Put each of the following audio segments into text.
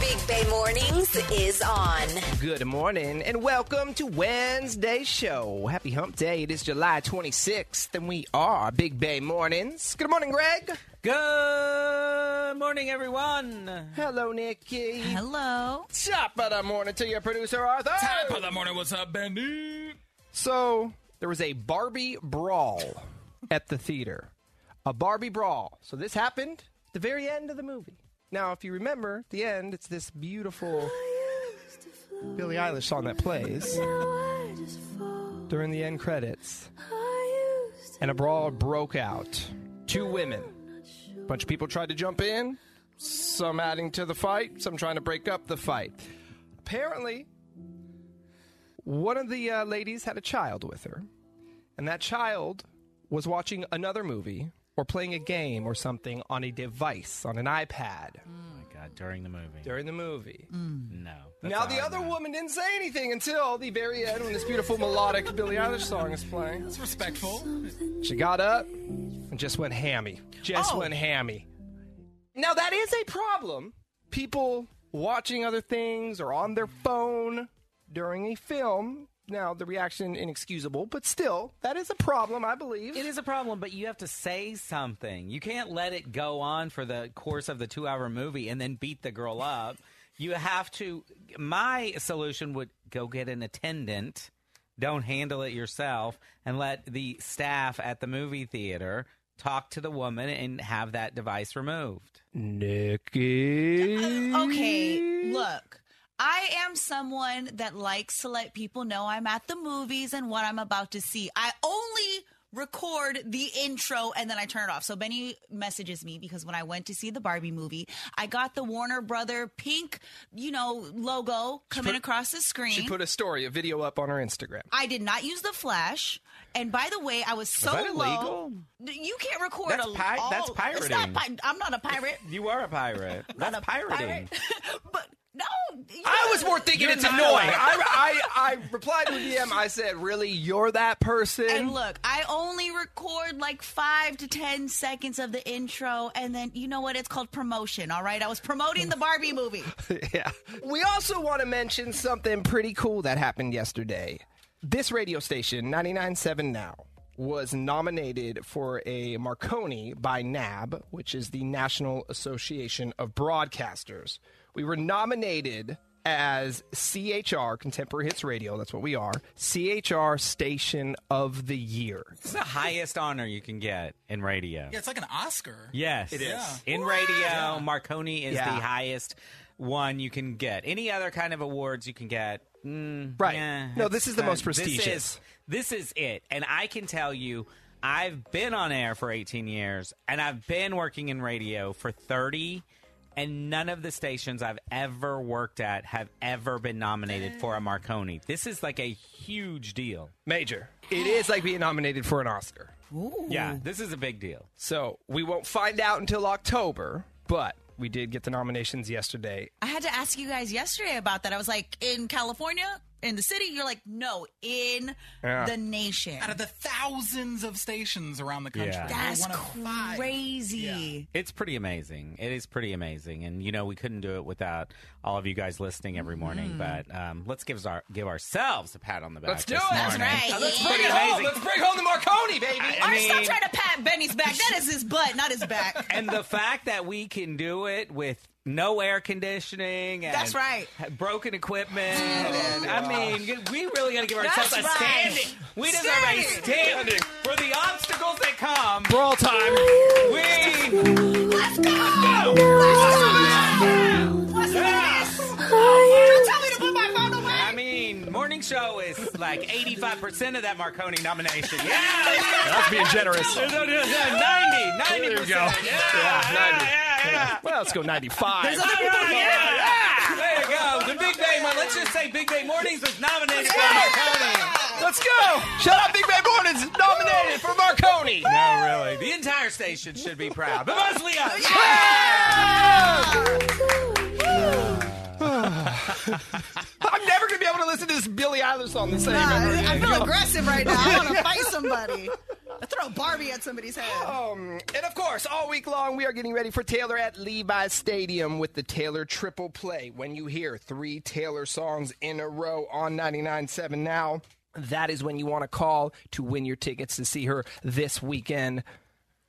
Big Bay Mornings is on. Good morning and welcome to Wednesday show. Happy hump day. It is July 26th and we are Big Bay Mornings. Good morning, Greg. Good morning, everyone. Hello, Nikki. Hello. Top of the morning to your producer, Arthur. Top of the morning. What's up, Benny? So, there was a Barbie brawl at the theater. A Barbie brawl. So, this happened at the very end of the movie. Now, if you remember, at the end, it's this beautiful Billie Eilish song that plays during the end credits. And a brawl broke out. Two women. bunch of people tried to jump in, some adding to the fight, some trying to break up the fight. Apparently, one of the uh, ladies had a child with her, and that child was watching another movie or playing a game or something on a device, on an iPad Oh my God, during the movie. during the movie. no. Now, the other woman didn't say anything until the very end when this beautiful melodic Billie Eilish song is playing. It's respectful. She got up and just went hammy. Just went hammy. Oh. Now, that is a problem. People watching other things or on their phone during a film. Now, the reaction inexcusable, but still, that is a problem, I believe. It is a problem, but you have to say something. You can't let it go on for the course of the two hour movie and then beat the girl up. You have to. My solution would go get an attendant. Don't handle it yourself and let the staff at the movie theater talk to the woman and have that device removed. Nikki. Okay, look. I am someone that likes to let people know I'm at the movies and what I'm about to see. I only record the intro and then I turn it off. So Benny messages me because when I went to see the Barbie movie, I got the Warner Brother pink, you know, logo coming across the screen. She put a story, a video up on her Instagram. I did not use the flash. And by the way, I was so that low. You can't record That's a pi- all- that's It's not pirating. pi- I'm not a pirate. You are a pirate. That's not a pirate. pirating. but no, you- I was more thinking You're it's not annoying. I, I, I replied to a DM. I said, "Really, you're that person?" And look, I only record like five to ten seconds of the intro, and then you know what? It's called promotion. All right, I was promoting the Barbie movie. yeah. We also want to mention something pretty cool that happened yesterday. This radio station, 99.7 Now, was nominated for a Marconi by NAB, which is the National Association of Broadcasters. We were nominated as CHR, Contemporary Hits Radio, that's what we are, CHR Station of the Year. It's the highest honor you can get in radio. Yeah, it's like an Oscar. Yes. It is. In radio, Marconi is Yeah. the highest one you can get. Any other kind of awards you can get. mm, Right. eh, No, this it's is the kind- most prestigious. This is, this is it. And I can tell you, I've been on air for 18 years and I've been working in radio for 30. And none of the stations I've ever worked at have ever been nominated for a Marconi. This is like a huge deal. Major. It is like being nominated for an Oscar. Yeah, this is a big deal. So we won't find out until October, but we did get the nominations yesterday. I had to ask you guys yesterday about that. I was like, in California, in the city. You're like, no, in Yeah. the nation. Out of the thousands of stations around the country, Yeah. we're That's one of five. crazy. It's pretty amazing. It is pretty amazing, and you know we couldn't do it without all of you guys listening every morning. Mm-hmm. But um, let's give our give ourselves a pat on the back. Let's do this it. That's morning. right. Let's Yeah. bring it home. Let's bring home the Marconi, baby. I Artie, stop mean- trying to pat Benny's back. That is his butt, not his back. And the fact that we can do it with no air conditioning. And That's right. Broken equipment. and, I mean, we really got to give ourselves a That's right. standing. We deserve a Standing. standing for the obstacles that come. Brawl time. We Let's go! Let's go! Let's do this! Don't tell me to put my phone I away! mean, morning show is like 85% of that Marconi nomination. Yeah! That's being generous. 90, 90%. There you go. Yeah, Yeah, yeah, 90. yeah, yeah. Well, let's go 95. All right, yeah. There you go. The Big Bang, let's just say Big Bang Mornings was nominated for Marconi. Let's go. Shut up, Big Bad Mornings. is Nominated for Marconi. No, really. The entire station should be proud, but mostly us. I'm never going to be able to listen to this Billie Eilish song the same. Uh, ever I again. feel aggressive right now. I want to fight somebody. Throw throw Barbie at somebody's head. Um, and of course, all week long, we are getting ready for Taylor at Levi Stadium with the Taylor Triple Play. When you hear three Taylor songs in a row on 99.7 now, that is when you want to call to win your tickets to see her this weekend.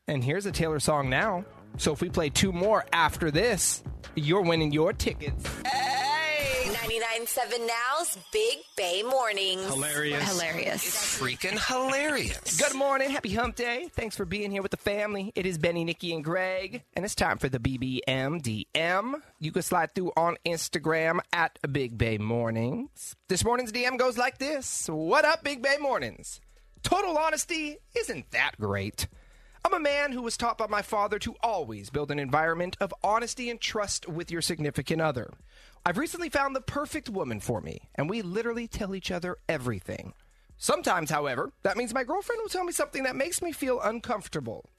And here's a Taylor song now. So if we play two more after this, you're winning your tickets. 99.7 Now's Big Bay Mornings. Hilarious. Hilarious. Freaking hilarious. Good morning. Happy hump day. Thanks for being here with the family. It is Benny, Nikki, and Greg. And it's time for the BBMDM. You can slide through on Instagram at Big Bay Mornings. This morning's DM goes like this What up, Big Bay Mornings? Total honesty isn't that great. I'm a man who was taught by my father to always build an environment of honesty and trust with your significant other. I've recently found the perfect woman for me, and we literally tell each other everything. Sometimes, however, that means my girlfriend will tell me something that makes me feel uncomfortable.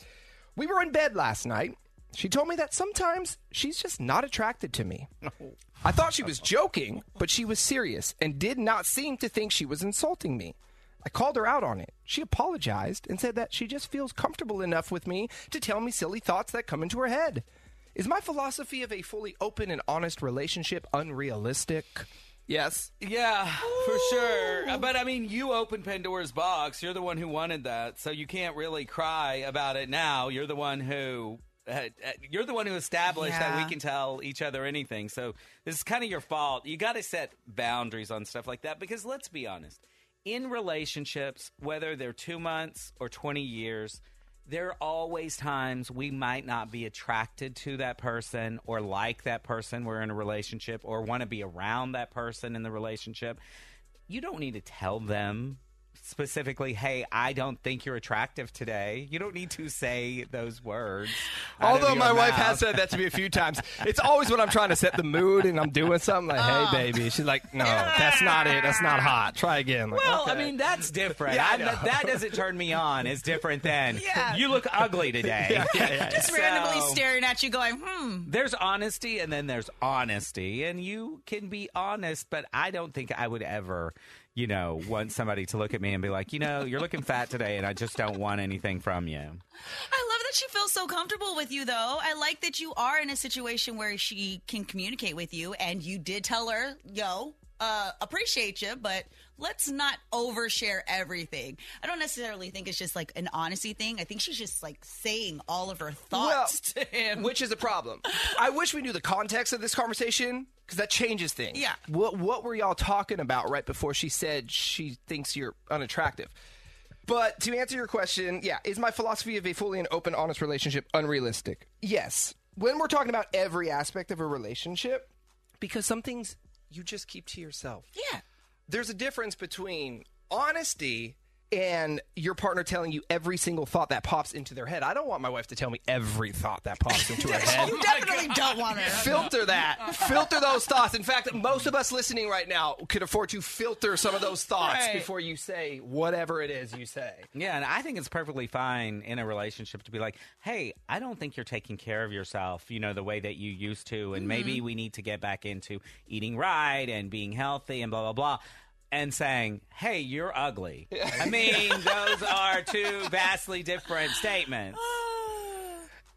We were in bed last night. She told me that sometimes she's just not attracted to me. I thought she was joking, but she was serious and did not seem to think she was insulting me. I called her out on it. She apologized and said that she just feels comfortable enough with me to tell me silly thoughts that come into her head. Is my philosophy of a fully open and honest relationship unrealistic? Yes. Yeah, for sure. But I mean, you opened Pandora's box. You're the one who wanted that, so you can't really cry about it now. You're the one who. Uh, uh, you're the one who established that Yeah. we can tell each other anything. So this is kind of your fault. You got to set boundaries on stuff like that because let's be honest. In relationships, whether they're 2 months or 20 years, there are always times we might not be attracted to that person or like that person we're in a relationship or want to be around that person in the relationship. You don't need to tell them specifically, hey, I don't think you're attractive today. You don't need to say those words. out of Although your my wife mouth. has said that to me a few times, it's always when I'm trying to set the mood and I'm doing something like, "Hey, baby," she's like, "No, that's not it. That's not hot. Try again." Like, Well, okay. I mean, that's different. Yeah, I I'm not- know. that doesn't turn me on. It's different than Yeah. you look ugly today. Just randomly So- staring at you, going, "Hmm." There's honesty and then there's honesty, and you can be honest, but I don't think I would ever, you know, want somebody to look at me and be like, you know, you're looking fat today, and I just don't want anything from you. I love that she feels so comfortable with you, though. I like that you are in a situation where she can communicate with you, and you did tell her, yo, uh, appreciate you, but let's not overshare everything. I don't necessarily think it's just like an honesty thing. I think she's just like saying all of her thoughts to him. which is a problem. I wish we knew the context of this conversation because that changes things. Yeah. What What were y'all talking about right before she said she thinks you're unattractive? But to answer your question, yeah, is my philosophy of a fully and open, honest relationship unrealistic? Yes. When we're talking about every aspect of a relationship, because some things you just keep to yourself. yeah. there's a difference between honesty and your partner telling you every single thought that pops into their head. I don't want my wife to tell me every thought that pops into her head. You definitely don't want her. Filter that. filter those thoughts. In fact, most of us listening right now could afford to filter some of those thoughts Right. before you say whatever it is you say. Yeah, and I think it's perfectly fine in a relationship to be like, hey, I don't think you're taking care of yourself, you know, the way that you used to. And maybe we need to get back into eating right and being healthy and blah, blah, blah. And saying, hey, you're ugly. I mean, those are two vastly different statements.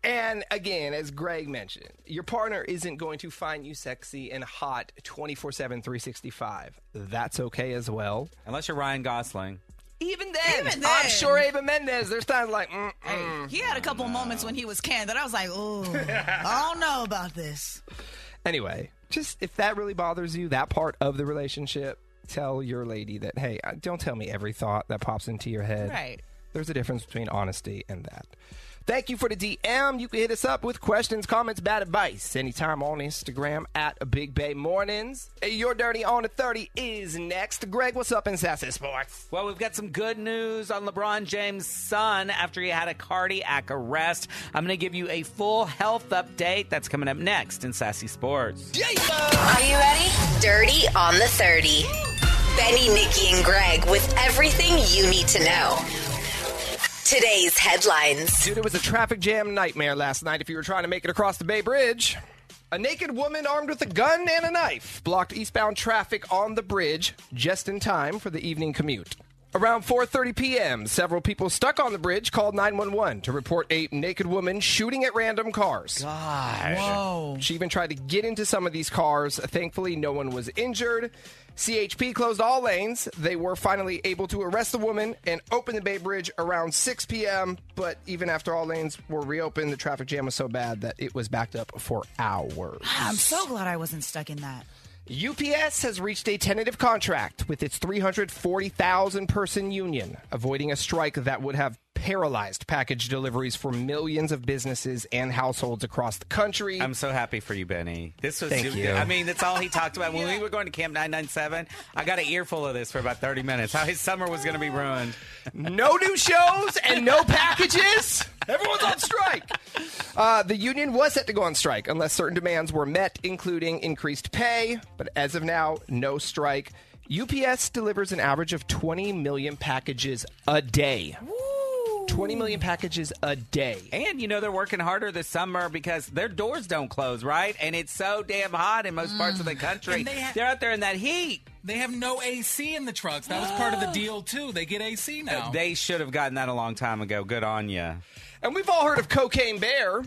And again, as Greg mentioned, your partner isn't going to find you sexy and hot 24 7, 365. That's okay as well. Unless you're Ryan Gosling. Even then, Even I'm then. sure Ava Mendez, there's times like, mm, He had a couple moments when he was canned that I was like, ooh, I don't know about this. anyway, just if that really bothers you, that part of the relationship, tell your lady that, hey, uh, don't tell me every thought that pops into your head. Right. There's a difference between honesty and that. Thank you for the DM. You can hit us up with questions, comments, bad advice anytime on Instagram at Big Bay Mornings. Your Dirty on the 30 is next. Greg, what's up in Sassy Sports? Well, we've got some good news on LeBron James' son after he had a cardiac arrest. I'm going to give you a full health update. That's coming up next in Sassy Sports. Are you ready? Dirty on the 30. Benny, Nikki, and Greg with everything you need to know. Today's headlines. Dude, it was a traffic jam nightmare last night if you were trying to make it across the Bay Bridge. A naked woman armed with a gun and a knife blocked eastbound traffic on the bridge just in time for the evening commute. Around 4:30 p.m., several people stuck on the bridge called 911 to report a naked woman shooting at random cars. Whoa. She even tried to get into some of these cars. Thankfully, no one was injured. CHP closed all lanes. They were finally able to arrest the woman and open the Bay Bridge around 6 p.m. But even after all lanes were reopened, the traffic jam was so bad that it was backed up for hours. I'm so glad I wasn't stuck in that. UPS has reached a tentative contract with its 340,000 person union, avoiding a strike that would have paralyzed package deliveries for millions of businesses and households across the country. I'm so happy for you, Benny. This was Thank you. I mean, that's all he talked about. When we were going to Camp 997, I got an earful of this for about 30 minutes. How his summer was going to be ruined. no new shows and no packages. Everyone's on strike. Uh, the union was set to go on strike unless certain demands were met, including increased pay. But as of now, no strike. UPS delivers an average of 20 million packages a day. 20 million packages a day. And you know they're working harder this summer because their doors don't close, right? And it's so damn hot in most parts of the country. Mm. And they ha- they're out there in that heat. They have no AC in the trucks. That was part of the deal too. They get AC now. Uh, They should have gotten that a long time ago. Good on you. And we've all heard of Cocaine Bear,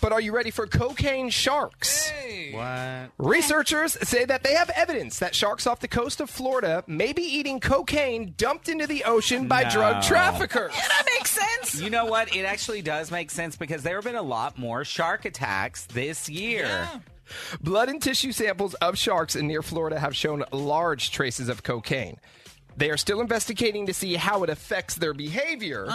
but are you ready for Cocaine Sharks? Hey. What? Researchers say that they have evidence that sharks off the coast of Florida may be eating cocaine dumped into the ocean by No. drug traffickers. That makes sense. You know what? It actually does make sense because there have been a lot more shark attacks this year. Blood and tissue samples of sharks in near Florida have shown large traces of cocaine. They are still investigating to see how it affects their behavior.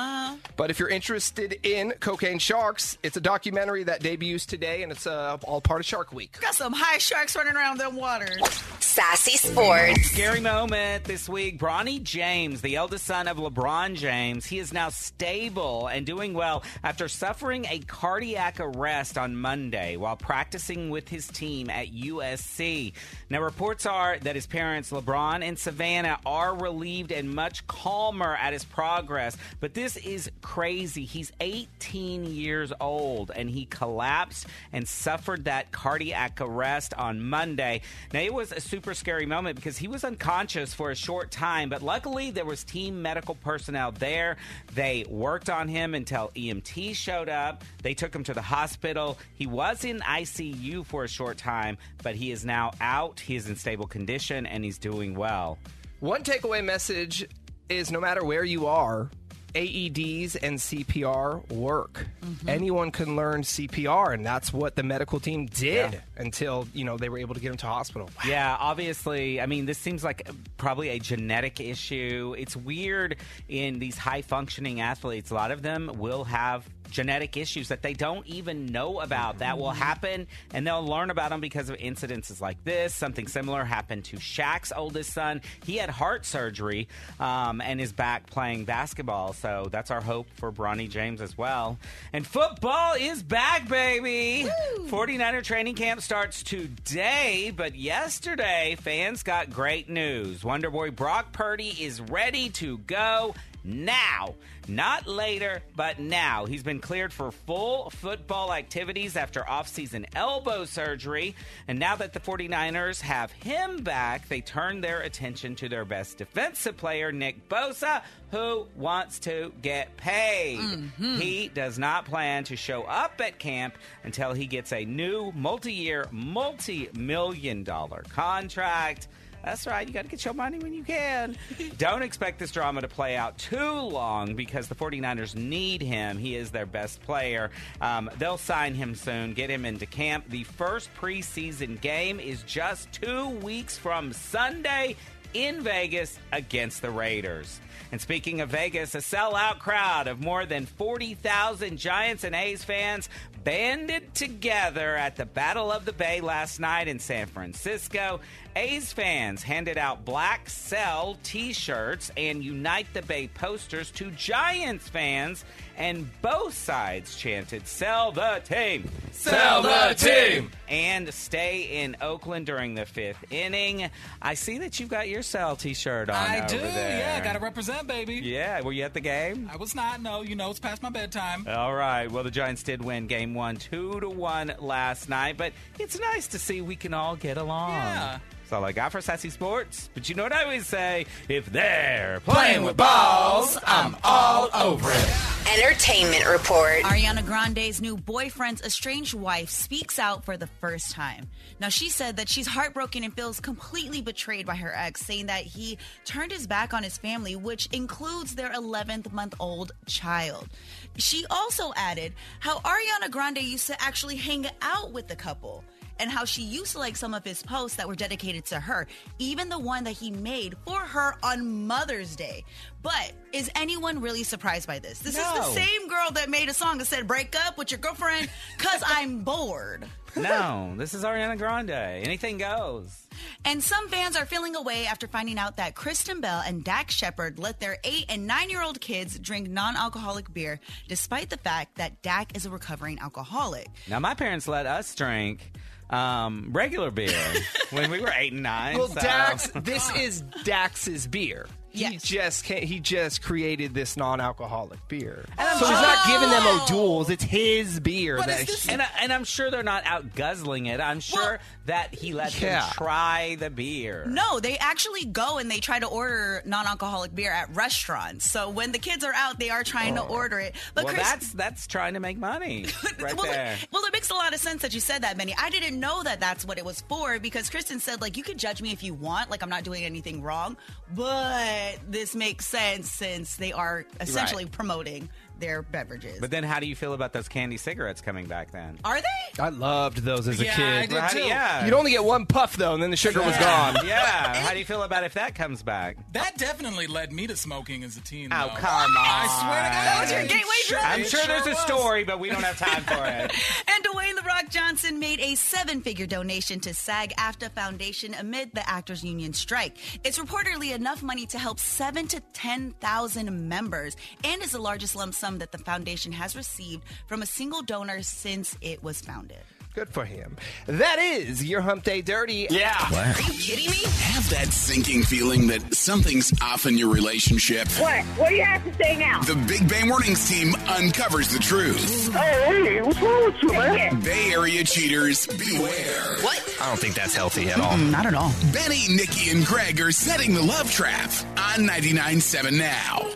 But if you're interested in cocaine sharks, it's a documentary that debuts today and it's uh, all part of Shark Week. Got some high sharks running around them waters. Sassy Sports. Scary moment this week. Bronny James, the eldest son of LeBron James, he is now stable and doing well after suffering a cardiac arrest on Monday while practicing with his team at USC. Now, reports are that his parents, LeBron and Savannah, are relieved and much calmer at his progress. But this is crazy. He's 18 years old and he collapsed and suffered that cardiac arrest on Monday. Now, it was a super scary moment because he was unconscious for a short time, but luckily there was team medical personnel there. They worked on him until EMT showed up. They took him to the hospital. He was in ICU for a short time, but he is now out. He is in stable condition and he's doing well. One takeaway message is no matter where you are, AEDs and CPR work. Anyone can learn CPR, and that's what the medical team did until you know they were able to get him to hospital. Wow. Yeah, obviously. I mean, this seems like probably a genetic issue. It's weird in these high functioning athletes, a lot of them will have genetic issues that they don't even know about that will happen and they'll learn about them because of incidences like this something similar happened to Shaq's oldest son he had heart surgery um, and is back playing basketball so that's our hope for Bronny James as well and football is back baby 49er training camp starts today but yesterday fans got great news Wonder Boy Brock Purdy is ready to go now. Not later, but now. He's been cleared for full football activities after offseason elbow surgery. And now that the 49ers have him back, they turn their attention to their best defensive player, Nick Bosa, who wants to get paid. He does not plan to show up at camp until he gets a new multi year, multi million dollar contract. That's right. You got to get your money when you can. Don't expect this drama to play out too long because the 49ers need him. He is their best player. Um, they'll sign him soon, get him into camp. The first preseason game is just two weeks from Sunday in Vegas against the Raiders. And speaking of Vegas, a sellout crowd of more than 40,000 Giants and A's fans banded together at the Battle of the Bay last night in San Francisco. A's fans handed out black cell t shirts and Unite the Bay posters to Giants fans, and both sides chanted, Sell the team! Sell the team! And stay in Oakland during the fifth inning. I see that you've got your cell t shirt on. I over do. there. Yeah, gotta represent, baby. Yeah, were you at the game? I was not. No, you know it's past my bedtime. All right. Well, the Giants did win game one, two to one last night, but it's nice to see we can all get along. Yeah. That's all I got for Sassy Sports. But you know what I always say? If they're playing with balls, I'm all over it. Entertainment Report. Ariana Grande's new boyfriend's estranged wife speaks out for the first time. Now, she said that she's heartbroken and feels completely betrayed by her ex, saying that he turned his back on his family, which includes their 11th month old child. She also added how Ariana Grande used to actually hang out with the couple and how she used to like some of his posts that were dedicated to her, even the one that he made for her on Mother's Day. But is anyone really surprised by this? This is the No. same girl that made a song that said, Break up with your girlfriend because I'm bored. No, this is Ariana Grande. Anything goes. And some fans are feeling away after finding out that Kristen Bell and Dak Shepard let their eight and nine year old kids drink non alcoholic beer, despite the fact that Dak is a recovering alcoholic. Now, my parents let us drink um, regular beer when we were eight and nine. Well, so- Dax, this is Dax's beer. He Yes. just can't, he just created this non-alcoholic beer, so he's not giving them O'Doul's. It's his beer. that he- And, I, and I'm sure they're not out guzzling it. I'm sure Well- that he let Yeah. them try the beer. No, they actually go and they try to order non-alcoholic beer at restaurants. So when the kids are out, they are trying to order it. But Oh. well, Chris, that's that's trying to make money right well, there. It, well, it makes a lot of sense that you said that, Benny. I didn't know that that's what it was for because Kristen said, like, you could judge me if you want, like, I'm not doing anything wrong. But this makes sense since they are essentially promoting their beverages. But then, how do you feel about those candy cigarettes coming back then? are they? I loved those as a Yeah, I kid. did How do- too. yeah, You'd only get one puff though, and then the sugar was yeah. gone. Yeah. How do you feel about if that comes back? That definitely led me to smoking as a teen. Oh, though. come on. I swear to God. was your gateway Sure- drug? I'm it sure there's a was. story, but we don't have time for it. And Dwayne The Rock Johnson made a seven figure donation to SAG AFTA Foundation amid the actors union strike. It's reportedly enough money to help seven to 10,000 members and is the largest lump sum that the foundation has received from a single donor since it was founded. Good for him. That is your Hump Day Dirty. Yeah. Are you kidding me? Have that sinking feeling that something's off in your relationship. What? What do you have to say now? The Big Bang Warnings team uncovers the truth. Oh, hey, what's wrong with you, man? Bay Area cheaters, beware. I don't think that's healthy at all. Not at all. Benny, Nikki, and Greg are setting the love trap on 99.7 now.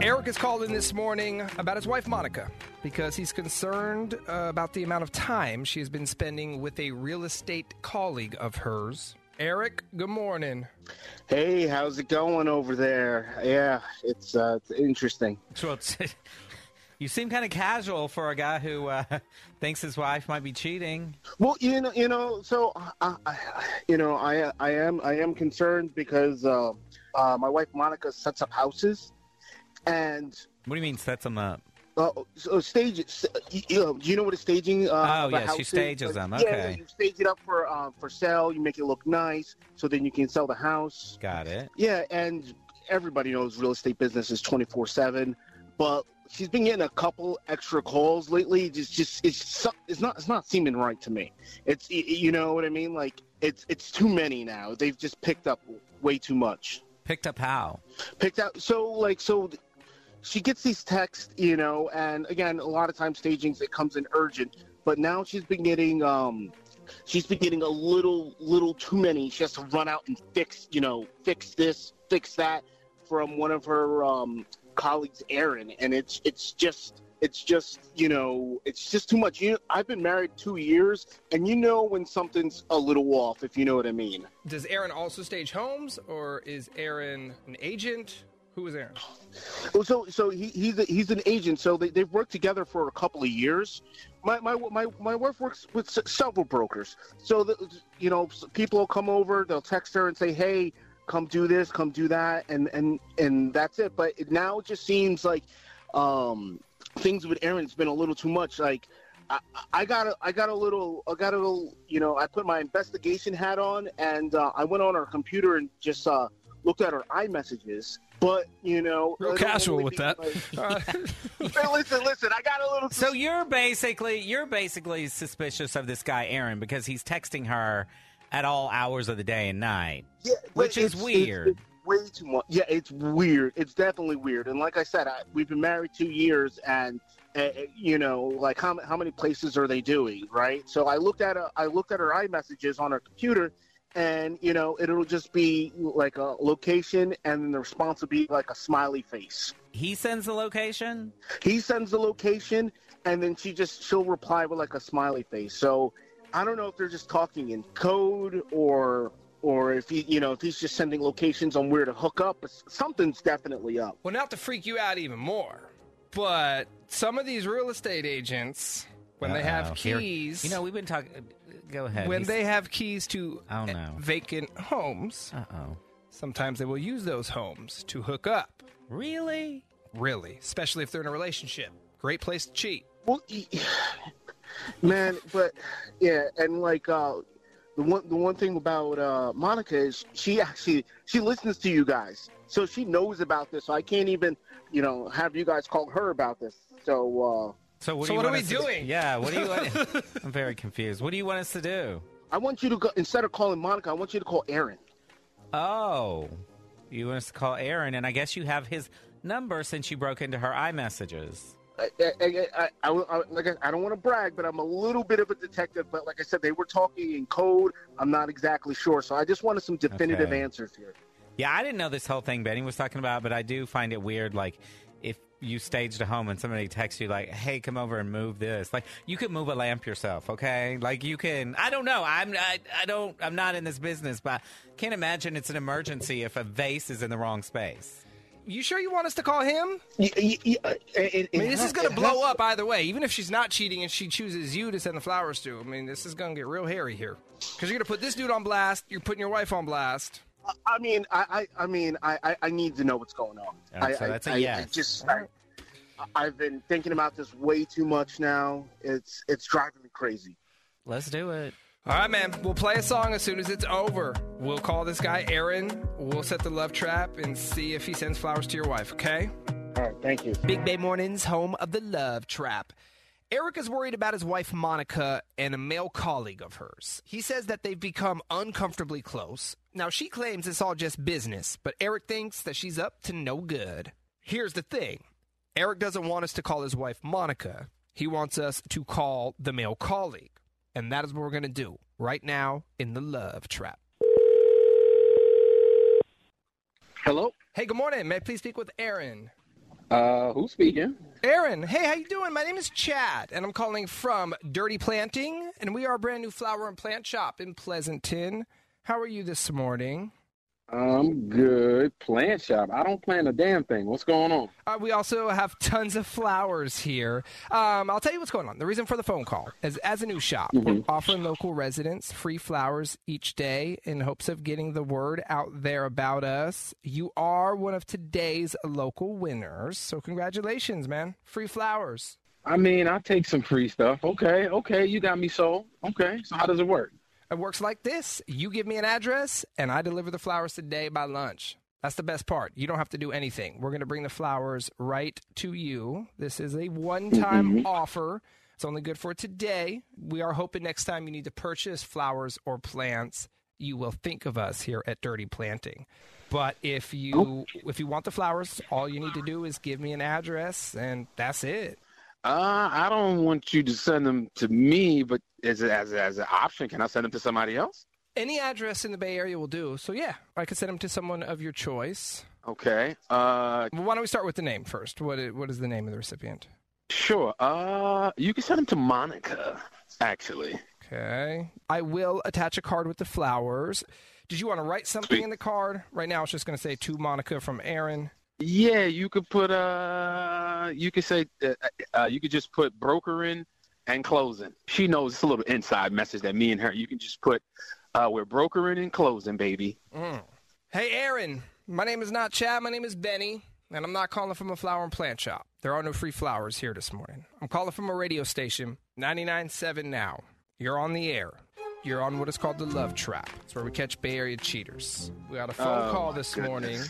Eric is called in this morning about his wife Monica because he's concerned uh, about the amount of time she has been spending with a real estate colleague of hers. Eric, good morning. Hey, how's it going over there? Yeah, it's uh, it's interesting. Well, it's- you seem kind of casual for a guy who uh, thinks his wife might be cheating. Well, you know, you know, so I, I, you know, I I am I am concerned because uh, uh, my wife Monica sets up houses, and What do you mean sets him up? uh, so stage. s- You know, do you know what a staging? Uh, Oh, of a yes, house she is? stages them, Yeah, okay. you stage it up for uh, for sale. You make it look nice, so then you can sell the house. Got it. Yeah, and everybody knows real estate business is twenty four seven, but she's been getting a couple extra calls lately. Just, just it's su- it's not it's not seeming right to me. It's y- y- you know what I mean. Like it's it's too many now. They've just picked up way too much Picked up how? picked out. So like so, th- she gets these texts, you know, and again, a lot of times stagings it comes in urgent, but now she's been getting um, she's been getting a little little too many. She has to run out and fix, you know, fix this, fix that from one of her um, colleagues, Aaron, and it's it's just. It's just you know, it's just too much. You, I've been married two years, and you know when something's a little off, if you know what I mean. Does Aaron also stage homes, or is Aaron an agent? Who is Aaron? Well, so so he, he's a, he's an agent. So they they've worked together for a couple of years. My my my my wife works with s- several brokers. So the, you know, s- people will come over. They'll text her and say, "Hey, come do this, come do that," and and and that's it. But it now just seems like um, things with Aaron's been a little too much. Like. I, I got a, I got a little, I got a little, you know, I put my investigation hat on and uh, I went on her computer and just uh, looked at her iMessages. But you know, Real it'll casual only with be that. like- Uh, Hey, listen, listen, I got a little. So you're basically you're basically suspicious of this guy Aaron because he's texting her at all hours of the day and night. Yeah, Which but is it's- weird. It's, it's way too much. Yeah, it's weird. It's definitely weird. And like I said, I, we've been married two years, and uh, you know, like how m- how many places are they doing, right? So I looked at a, I looked at her iMessages on her computer, and you know it'll just be like a location, and then the response will be like a smiley face. He sends the location. He sends the location, and then she just she'll reply with like a smiley face. So I don't know if they're just talking in code or or if he you know if he's just sending locations on where to hook up. but s- Something's definitely up. Well, not to freak you out even more, but some of these real estate agents, when they have Uh-oh. Here- keys, You know, we've been talking. Go ahead. when He's- they have keys to Oh, no. vacant homes, Uh-oh. sometimes they will use those homes to hook up. Really? Really, especially if they're in a relationship. Great place to cheat. Well, y- man, but yeah, and like uh, the one the one thing about uh, Monica is she actually she listens to you guys, so she knows about this. So I can't even you know have you guys call her about this. So uh, So what, So do you what are want we us to- doing? yeah. What do you? Want... I'm very confused. What do you want us to do? uh, I want you to go instead of calling Monica, I want you to call Aaron. Oh, you want us to call Aaron, and I guess you have his number since you broke into her iMessages. I, I, I, I, I- like I, I don't want to brag, but I'm a little bit of a detective. But like I said, they were talking in code. I'm not exactly sure, so I just wanted some definitive Okay. answers here. Yeah, I didn't know this whole thing Benny was talking about, but I do find it weird. Like, if you staged a home and somebody texts you, like, hey, come over and move this, like, you can move a lamp yourself, okay? Like, you can, I don't know. I'm, I, I don't, I'm not in this business, but I can't imagine it's an emergency if a vase is in the wrong space. You sure you want us to call him? Y- y- y- uh, it- it- I mean, it this has- is going it to blow has- up either way. Even if she's not cheating and she chooses you to send the flowers to, I mean, this is going to get real hairy here. Because you're going to put this dude on blast. You're putting your wife on blast. I mean, I, I, I mean, I, I, I need to know what's going on. Yeah, I, so I- that's a I- I yes. just, I, I've been thinking about this way too much now. It's, it's driving me crazy. Let's do it. All right, man. We'll play a song as soon as it's over. We'll call this guy Aaron. We'll set the love trap and see if he sends flowers to your wife, okay? All right, thank you. Big Bay Mornings, home of the love trap. Eric is worried about his wife Monica and a male colleague of hers. He says that they've become uncomfortably close. Now, she claims it's all just business, but Eric thinks that she's up to no good. Here's the thing Eric doesn't want us to call his wife Monica, he wants us to call the male colleague. And that is what we're going to do right now in the love trap. Hello. Hey, good morning. May I please speak with Aaron? Uh, who's speaking? Aaron, hey, how you doing? My name is Chad, and I'm calling from Dirty Planting, and we are a brand new flower and plant shop in Pleasanton. How are you this morning? I'm good. Plant shop. I don't plan a damn thing. What's going on? Uh, we also have tons of flowers here. Um, I'll tell you what's going on. The reason for the phone call is as a new shop, we're offering local residents free flowers each day in hopes of getting the word out there about us. You are one of today's local winners, so congratulations, man. Free flowers. I mean, I take some free stuff. Okay, okay, you got me sold. Okay, so how does it work? It works like this you give me an address, and I deliver the flowers today by lunch. That's the best part. You don't have to do anything. We're going to bring the flowers right to you. This is a one time offer. It's only good for today. We are hoping next time you need to purchase flowers or plants, you will think of us here at Dirty Planting. But if you if you want the flowers, all you need to do is give me an address and that's it. Uh, I don't want you to send them to me, but as as as an option, can I send them to somebody else? Any address in the Bay Area will do. So yeah, I could send them to someone of your choice. Okay. Uh, Well, why don't we start with the name first? What is, what is the name of the recipient? sure. Uh, you can send them to Monica. Actually, Okay. I will attach a card with the flowers. Did you want to write something Sweet. in the card? Right now, it's just going to say to Monica from Aaron. yeah, you could put uh, you could say uh, uh, you could just put brokering and closing. She knows it's a little inside message that me and her. You can just put uh, we're brokering and closing, baby. Hey, Aaron. My name is not Chad. My name is Benny. And I'm not calling from a flower and plant shop. There are no free flowers here this morning. I'm calling from a radio station, 99.7 now. You're on the air. You're on what is called the Love Trap. It's where we catch Bay Area cheaters. We got a phone Oh, call my this goodness. morning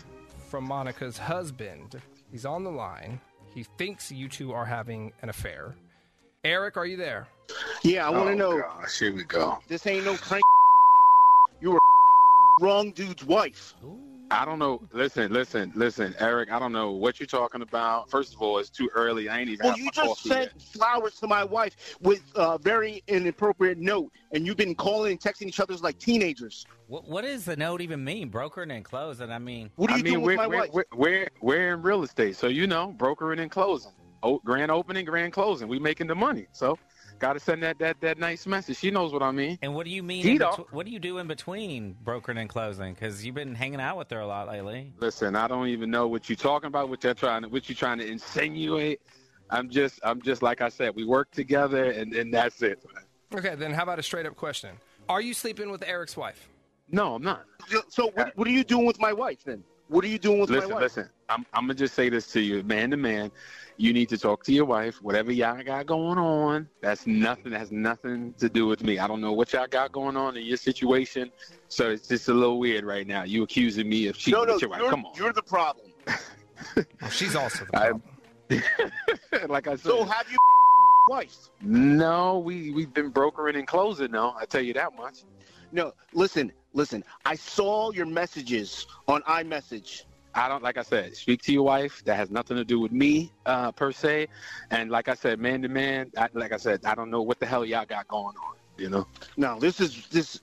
from Monica's husband. He's on the line. He thinks you two are having an affair. Eric, are you there? Yeah, I want to Oh, know. Gosh, here we go. This ain't no prank. You were wrong dude's wife. I don't know. Listen, listen, listen, Eric. I don't know what you're talking about. First of all, it's too early. I ain't even. Well, had you my just coffee sent yet. flowers to my wife with a very inappropriate note, and you've been calling and texting each other like teenagers. What, what does the note even mean? Brokering and closing. I mean, What are I you mean, doing we're, with my we're, wife? We're, we're we're in real estate, so you know, brokering and closing, oh, grand opening, grand closing. We making the money, so got to send that that that nice message. She knows what I mean. and what do you mean? He in don't. betw- what do you do in between brokering and closing? Because you've been hanging out with her a lot lately. Listen, I don't even know what you're talking about. What you're trying, to, what you trying to insinuate. I'm just, I'm just like I said. We work together, and and that's it. Okay, then how about a straight up question? Are you sleeping with Eric's wife? No, I'm not. So what, what are you doing with my wife then? What are you doing with Uh, listen, my wife? listen. I'm, I'm gonna just say this to you, man to man. You need to talk to your wife. Whatever y'all got going on, that's nothing. That has nothing to do with me. I don't know what y'all got going on in your situation. So it's just a little weird right now. You accusing me of cheating No, no, with your wife? you're, Come on. you're the problem. She's also the I- problem. like I said. So have you wife? no, we we've been brokering and closing. No, I tell you that much. No, listen, listen. I saw your messages on iMessage. I don't like I said, speak to your wife. That has nothing to do with me uh, per se. And like I said, man to man. I, like I said, I don't know what the hell y'all got going on. You know. No, this is this.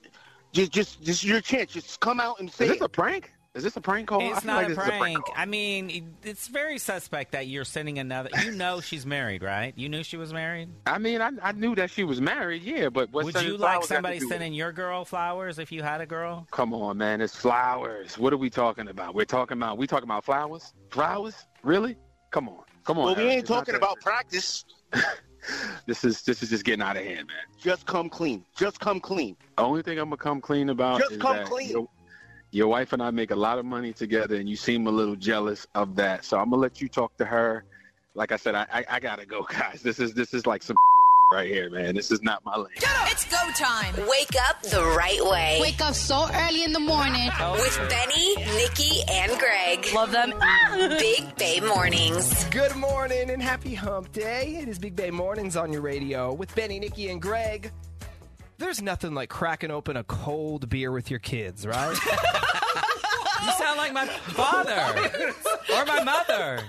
Just, just, this is your chance. Just come out and say Is this it. a prank? Is this a prank call? Oh, I It's feel not like a this is prank. call. I mean, it's very suspect that you're sending another. You know she's married, right? You knew she was married. I mean, I, I knew that she was married, yeah, but what Would sending you like flowers got to somebody do with it? sending your girl flowers if you had a girl? Come on, man, it's flowers. What are we talking about? We're talking about we talking about flowers? Flowers? Really? Come on, come on. Well, we Eric, ain't it's not talking that about serious. practice. This is this is just getting out of hand, man. Just come clean. Just come clean. Only thing I'm gonna come clean about Just is come that clean. Oh, Your, your wife and I make a lot of money together, and you seem a little jealous of that. So I'm gonna let you talk to her. Like I said, I, I, I gotta go, guys. This is this is like some right here, man. This is not my lane. It's go time. Wake up the right way. Wake up so early in the morning. With Benny, Nikki, and Greg. Love them. Big Bay Mornings. Good morning and happy hump day. It is Big Bay Mornings on your radio with Benny, Nikki, and Greg. There's nothing like cracking open a cold beer with your kids, right? You sound like my father or my mother.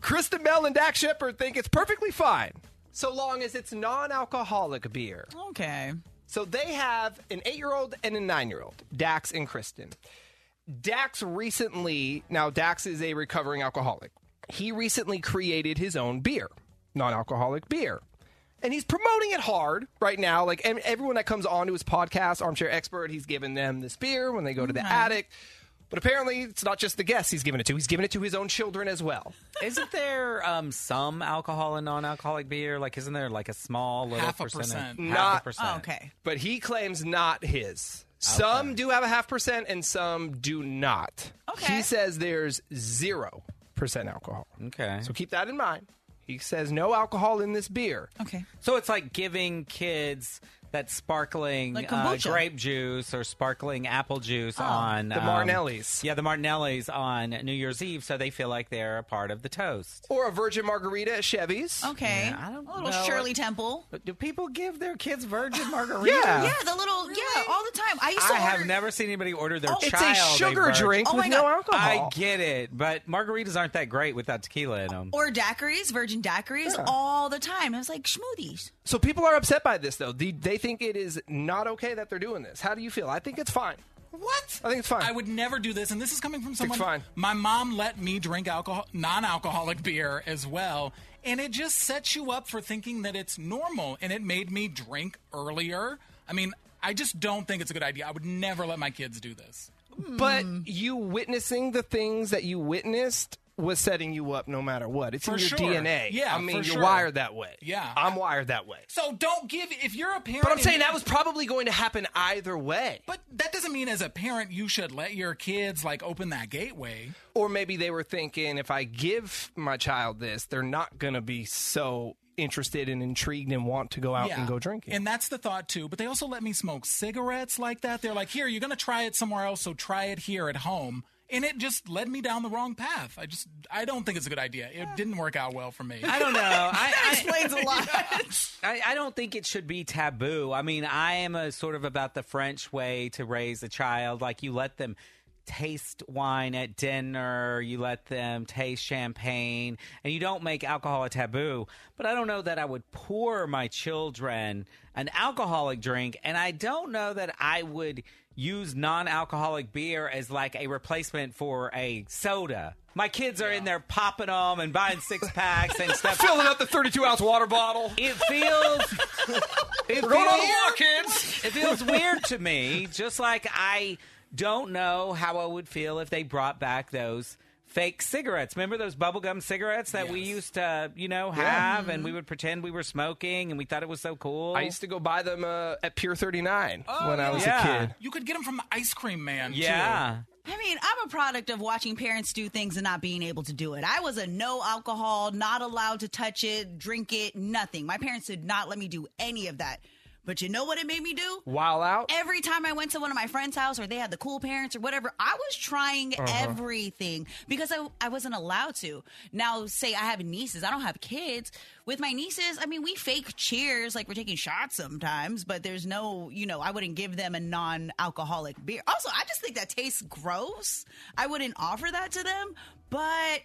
Kristen Bell and Dak Shepard think it's perfectly fine so long as it's non alcoholic beer. Okay. So they have an eight year old and a nine year old, Dax and Kristen. Dax recently, now Dax is a recovering alcoholic. He recently created his own beer, non alcoholic beer. And he's promoting it hard right now. Like em- everyone that comes onto his podcast, Armchair Expert, he's giving them this beer when they go to the attic. But apparently, it's not just the guests he's giving it to, he's giving it to his own children as well. Isn't there um, some alcohol and non-alcoholic beer? Like, isn't there like a small little Half a percentage? percent. Half Not- a percent. Oh, okay. but he claims not his. Some do have a half percent and some do not. Okay. He says there's zero percent alcohol. Okay. So keep that in mind. He says no alcohol in this beer. Okay. So it's like giving kids that sparkling Like uh, kombucha. grape juice or sparkling apple juice Oh, on um, The Martinellis. Yeah, the Martinellis on New Year's Eve, so they feel like they're a part of the toast. Or a virgin margarita at Chevy's. Okay. Yeah, I don't a little know. Shirley Temple. But do people give their kids virgin margaritas? Yeah. Yeah, the little yeah, all the time. I used to I have order- never seen anybody order their Oh, It's child a sugar virgin- drink Oh with my no God. alcohol. I get it, but margaritas aren't that great without tequila in them. or daiquiris, virgin daiquiris, all the time. I was like schmoothies. so people are upset by this though. They, they think it is not okay that they're doing this. How do you feel? I think it's fine. What? I think it's fine. I would never do this, and this is coming from someone. fine. My mom let me drink alcohol, non-alcoholic beer as well, and it just sets you up for thinking that it's normal, and it made me drink earlier. I mean, I just don't think it's a good idea. I would never let my kids do this. But Mm. you witnessing the things that you witnessed was setting you up no matter what. It's in For your sure. DNA. Yeah, I mean, for you're sure. wired that way. Yeah. I'm wired that way. So don't give if you're a parent. But I'm and- saying that was probably going to happen either way. But that doesn't mean as a parent you should let your kids like open that gateway. Or maybe they were thinking if I give my child this, they're not going to be so interested and intrigued and want to go out and go drinking. Ah, And that's the thought too. But they also let me smoke cigarettes like that. They're like, here, you're gonna try it somewhere else, so try it here at home. And it just led me down the wrong path. I just I don't think it's a good idea. It didn't work out well for me. I don't know. I, I, Explains a lot. I, I don't think it should be taboo. I mean, I am a sort of about the French way to raise a child. Like you let them taste wine at dinner, you let them taste champagne, and you don't make alcohol a taboo. But I don't know that I would pour my children an alcoholic drink, and I don't know that I would use non-alcoholic beer as like a replacement for a soda. My kids are in there popping them and buying six packs and stuff. Filling up the 32 ounce water bottle. It feels. It We're going on a feels- walk, kids. It feels weird to me, just like I don't know how I would feel if they brought back those fake cigarettes. Remember those bubblegum cigarettes that we used to, you know, Yeah. have and we would pretend we were smoking and we thought it was so cool. I used to go buy them uh, at Pier 39 Oh, when I was yeah. a kid. You could get them from the ice cream man. Yeah. I mean, I'm a product of watching parents do things and not being able to do it. I was a no alcohol, not allowed to touch it, drink it, nothing. My parents did not let me do any of that. But you know what it made me do? While out. Every time I went to one of my friends' house or they had the cool parents or whatever, I was trying Uh-huh. everything because I, I wasn't allowed to. Now, say I have nieces, I don't have kids. With my nieces, I mean, we fake cheers, like we're taking shots sometimes, but there's no, you know, I wouldn't give them a non alcoholic beer. Also, I just think that tastes gross. I wouldn't offer that to them, but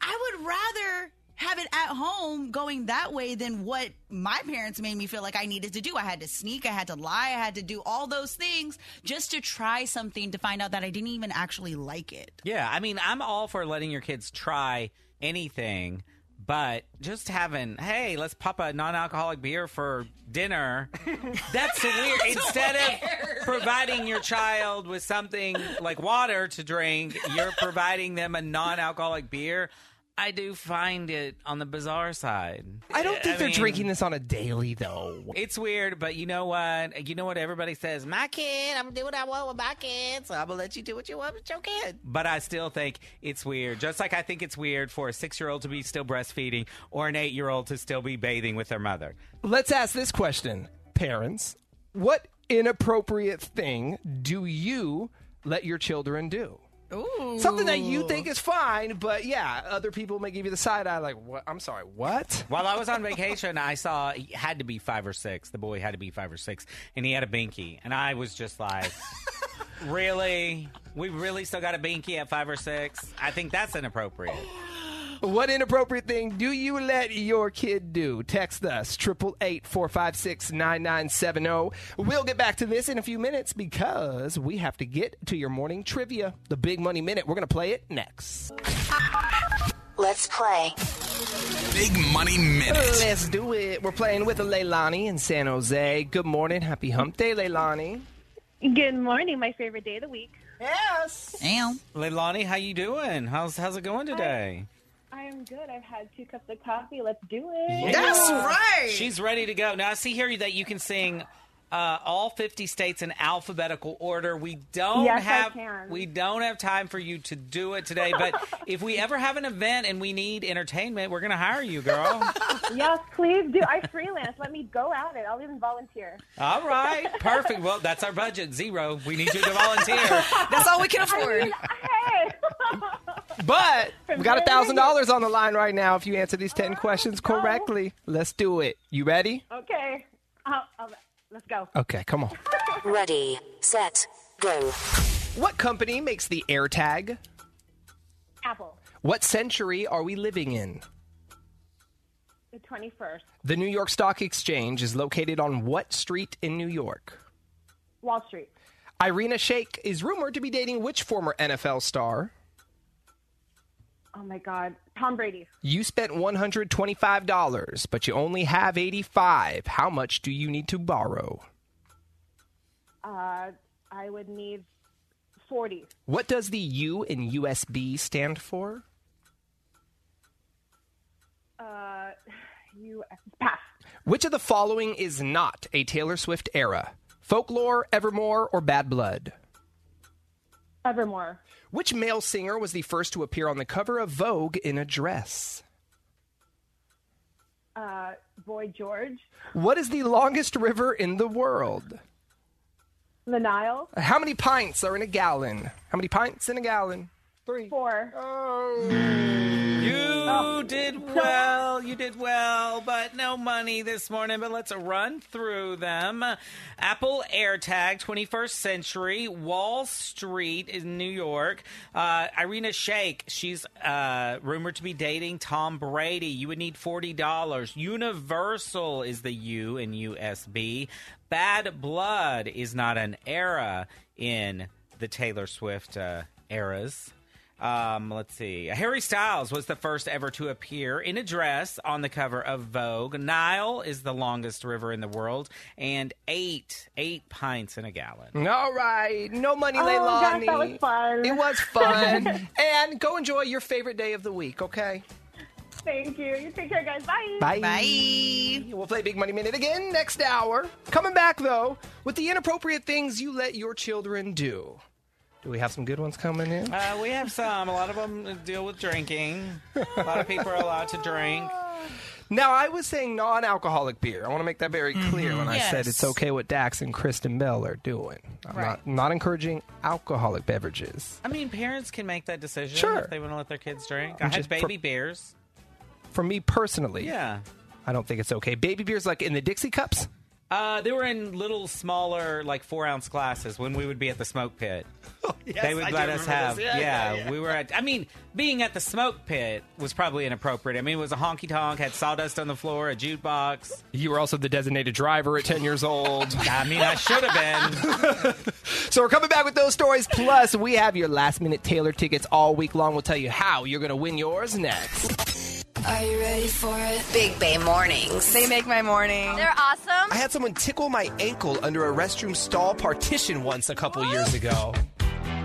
I would rather have it at home going that way than what my parents made me feel like I needed to do. I had to sneak, I had to lie, I had to do all those things just to try something to find out that I didn't even actually like it. Yeah, I mean, I'm all for letting your kids try anything, but just having, hey, let's pop a non alcoholic beer for dinner, that's weird. Instead of providing your child with something like water to drink, you're providing them a non alcoholic beer. I do find it on the bizarre side. I don't think they're mean- drinking this on a daily, though. It's weird, but you know what? You know what everybody says? My kid, I'm gonna do what I want with my kid, so I'm gonna let you do what you want with your kid. But I still think it's weird. Just like I think it's weird for a six year old to be still breastfeeding or an eight year old to still be bathing with their mother. Let's ask this question, parents. What inappropriate thing do you let your children do? Something that you think is fine, but yeah, other people may give you the side eye like, what? I'm sorry, what? While I was on vacation, I saw he had to be five or six. The boy had to be five or six, and he had a binky. And I was just like, really? We really still got a binky at five or six? I think that's inappropriate. What inappropriate thing do you let your kid do? Text us, 888-456-9970. oh. We'll get back to this in a few minutes because we have to get to your morning trivia, the Big Money Minute. We're going to play it next. Let's play. Big Money Minute. Let's do it. We're playing with Leilani in San Jose. Good morning. Happy hump day, Leilani. Good morning, my favorite day of the week. Yes. Damn. Leilani, how you doing? How's how's it going today? I am good. I've had two cups of coffee. Let's do it. She's ready to go. Now I see here that you can sing uh, all 50 states in alphabetical order. We don't Yes, I have can. we don't have time for you to do it today, but if we ever have an event and we need entertainment, we're going to hire you, girl. yes, please do. I freelance. Let me go at it. I'll even volunteer. all right. Perfect. Well, that's our budget, zero. We need you to volunteer. That's all we can afford. But we got a $1,000 on the line right now if you answer these 10 questions correctly. Let's do it. You ready? Okay. Uh, uh, let's go. Okay, come on. Ready, set, go. What company makes the AirTag? Apple, What century are we living in? the 21st. The New York Stock Exchange is located on what street in New York? Wall Street, Irina Shayk is rumored to be dating which former NFL star? Oh my God. Tom Brady. You spent $125, but you only have 85. How much do you need to borrow? Uh, I would need 40. What does the U in USB stand for? Uh, you pass. Which of the following is not a Taylor Swift era? Folklore, Evermore, or Bad Blood? Evermore. Which male singer was the first to appear on the cover of Vogue in a dress? Uh, Boy George. What is the longest river in the world? The Nile. How many pints are in a gallon? How many pints in a gallon? Three. Four. You did well. You did well, but no money this morning. But let's run through them. Apple AirTag, 21st Century, Wall Street in New York. Uh, Irina Shayk, she's uh, rumored to be dating Tom Brady. You would need $40. Universal is the U in USB. Bad Blood is not an era in the Taylor Swift uh, eras. Um, let's see. Harry Styles was the first ever to appear in a dress on the cover of Vogue. Nile is the longest river in the world, and eight eight pints in a gallon. All right. No money, Oh, Leilani. gosh, that was fun. It was fun. and go enjoy your favorite day of the week, okay? Thank you. You take care, guys. Bye. Bye. We'll play Big Money Minute again next hour. Coming back, though, with the inappropriate things you let your children do. Do we have some good ones coming in? Uh, we have some. A lot of them deal with drinking. A lot of people are allowed to drink. Now, I was saying non alcoholic beer. I want to make that very clear when I said Mm-hmm. Yes. it's okay what Dax and Kristen Bell are doing. I'm Right. not, not encouraging alcoholic beverages. I mean, parents can make that decision Sure. if they want to let their kids drink. I'm I had just baby pro- beers. For me personally, Yeah. I don't think it's okay. Baby beer's like in the Dixie cups. Uh, they were in little, smaller, like four ounce glasses when we would be at the smoke pit. they would Oh, I do let us remember have. this. Yeah, Yeah, yeah, yeah. we were at. I mean, being at the smoke pit was probably inappropriate. I mean, it was a honky tonk, had sawdust on the floor, a jukebox. You were also the designated driver at 10 years old. I mean, I should have been. So we're coming back with those stories. Plus, we have your last minute Taylor tickets all week long. We'll tell you how you're going to win yours next. Are you ready for it? Big Bay Mornings. They make my morning. They're awesome. I had someone tickle my ankle under a restroom stall partition once a couple years ago.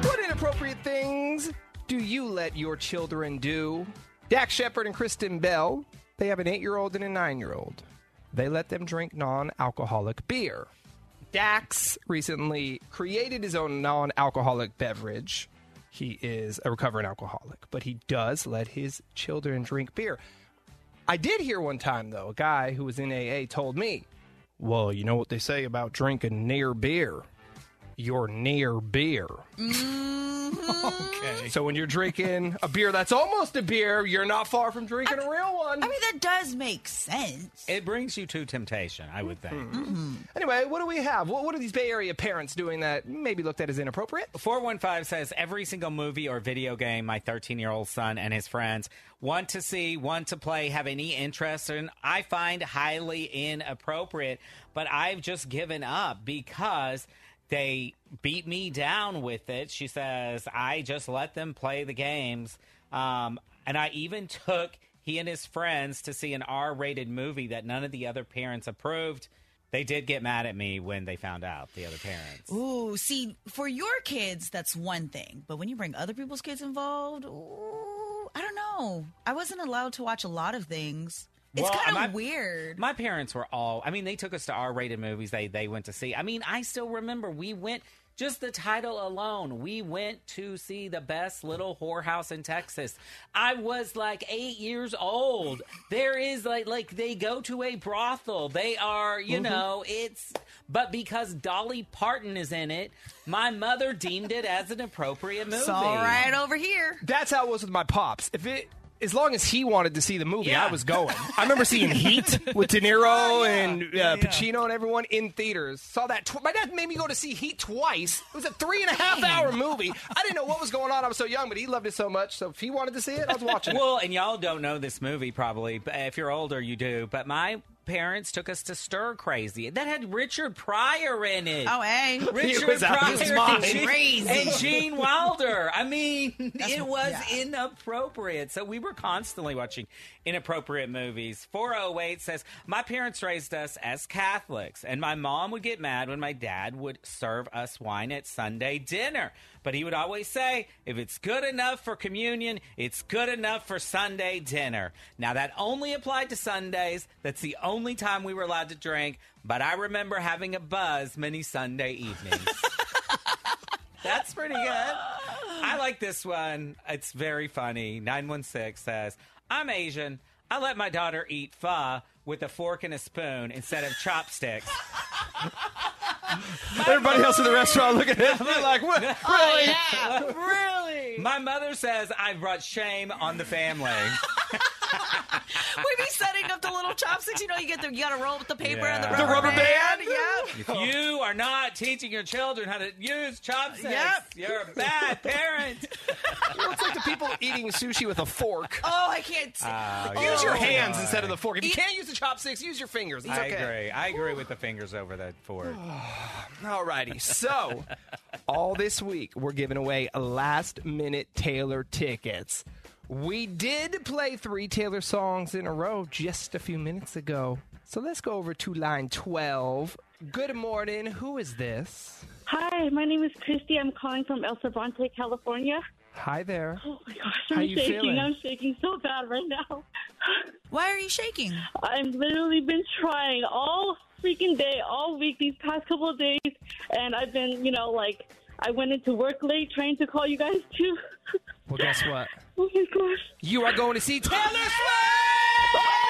What inappropriate things do you let your children do? Dax Shepard and Kristen Bell, they have an eight year old and a nine year old. They let them drink non alcoholic beer. Dax recently created his own non alcoholic beverage. He is a recovering alcoholic, but he does let his children drink beer. I did hear one time, though, a guy who was in AA told me, Well, you know what they say about drinking near beer? You're near beer. Okay. So when you're drinking a beer that's almost a beer, you're not far from drinking a real one. I mean, that does make sense. It brings you to temptation, I would think. Anyway, what do we have? What, what are these Bay Area parents doing that maybe looked at as inappropriate? 415 says every single movie or video game my 13 year old son and his friends want to see, want to play, have any interest in, I find highly inappropriate. But I've just given up because they beat me down with it. She says, I just let them play the games. Um, and I even took he and his friends to see an R rated movie that none of the other parents approved. They did get mad at me when they found out, the other parents. Ooh, see, for your kids, that's one thing. But when you bring other people's kids involved, ooh, I don't know. I wasn't allowed to watch a lot of things. It's Well, kind my- of weird. My parents were all. I mean, they took us to R-rated movies. They they went to see. I mean, I still remember we went. Just the title alone, we went to see the best little whorehouse in Texas. I was like eight years old. There is like like they go to a brothel. They are, you Mm-hmm. Mhm. know, it's but because Dolly Parton is in it, my mother deemed it as an appropriate movie. It's all right over here. That's how it was with my pops. If it as long as he wanted to see the movie, I was going. I remember seeing Heat with De Niro and uh, Pacino and everyone in theaters. Saw that. Tw- my dad made me go to see Heat twice. It was a three and a half hour movie. I didn't know what was going on. I was so young, but he loved it so much. So if he wanted to see it, I was watching it. Well, and y'all don't know this movie probably, but if you're older, you do. But my parents took us to Stir Crazy. That had Richard Pryor in it. Oh, hey. He Richard was out Pryor of his mind. and Gene- Crazy. and Gene Wilder. I mean, it was yeah. inappropriate. So we were constantly watching inappropriate movies. 408 says, My parents raised us as Catholics, and my mom would get mad when my dad would serve us wine at Sunday dinner. But he would always say, If it's good enough for communion, it's good enough for Sunday dinner. Now, that only applied to Sundays. That's the only time we were allowed to drink. But I remember having a buzz many Sunday evenings. That's pretty good. I like this one. It's very funny. 916 says, I'm Asian. I let my daughter eat pho with a fork and a spoon instead of chopsticks. Everybody else in the restaurant looking at me like, what? Oh, yeah. really? Exactly. My mother says I've brought shame on the family. we be setting up the little chopsticks. You know, you get the you gotta roll with the paper and the Yeah. rubber, The rubber band. band? if you are not teaching your children how to use chopsticks, Yep. you're a bad parent. Well, it's like the people eating sushi with a fork. Oh, I can't. use your Oh, hands God. instead of the fork. If you Eat- can't use the chopsticks, use your fingers. It's I okay. agree. I agree with the fingers over that fork. Alrighty. So, all this week, we're giving away last minute Taylor tickets. We did play three Taylor songs in a row just a few minutes ago. So, let's go over to line 12. Good morning. Who is this? Hi, my name is Christy. I'm calling from El Cervante, California. Hi there. Oh my gosh, How I'm you shaking. feeling? I'm shaking so bad right now. Why are you shaking? I've literally been trying all freaking day, all week, these past couple of days, and I've been, you know, like I went into work late trying to call you guys too. Well, guess what? Oh my gosh. You are going to see Taylor Swift!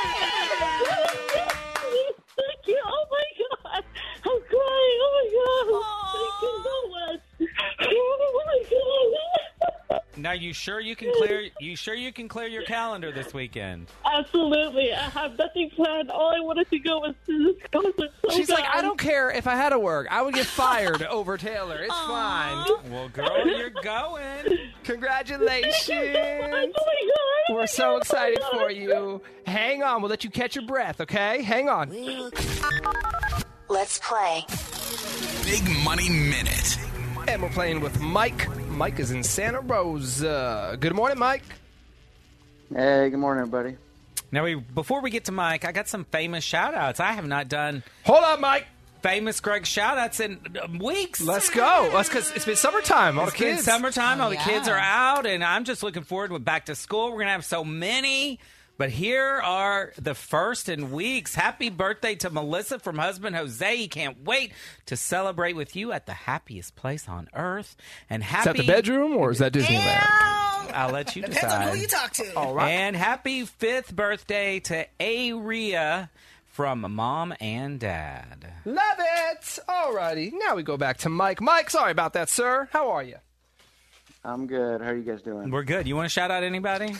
Thank you. Oh my god. I'm crying. Oh my god. Thank you so much. Oh my god. Now you sure you can clear you sure you can clear your calendar this weekend? Absolutely. I have nothing planned. All I wanted to go was to this concert. Oh, So Oh, She's like, bad. I don't care if I had to work. I would get fired over Taylor. It's fine. Well, girl, you're going. Congratulations. We're so excited for you. Hang on. We'll let you catch your breath, okay? Hang on. Let's play. Big Money Minute. And we're playing with Mike. Mike is in Santa Rosa. Good morning, Mike. Hey, good morning, everybody. Now we before we get to Mike, I got some famous shout outs. I have not done Hold on, Mike. Famous Greg shout outs in uh, weeks. Let's go. That's because it's been summertime. All It's the been kids. summertime. All the kids are out, and I'm just looking forward to back to school. We're gonna have so many. But here are the first in weeks. Happy birthday to Melissa from husband Jose. He can't wait to celebrate with you at the happiest place on earth. And happy bedroom or is that Disneyland? I'll let you Depends decide. on who you talk to. All right. And happy fifth birthday to Aria from mom and dad. Love it. Alrighty. Now we go back to Mike. Mike, sorry about that, sir. How are you? I'm good. How are you guys doing? We're good. You want to shout out anybody?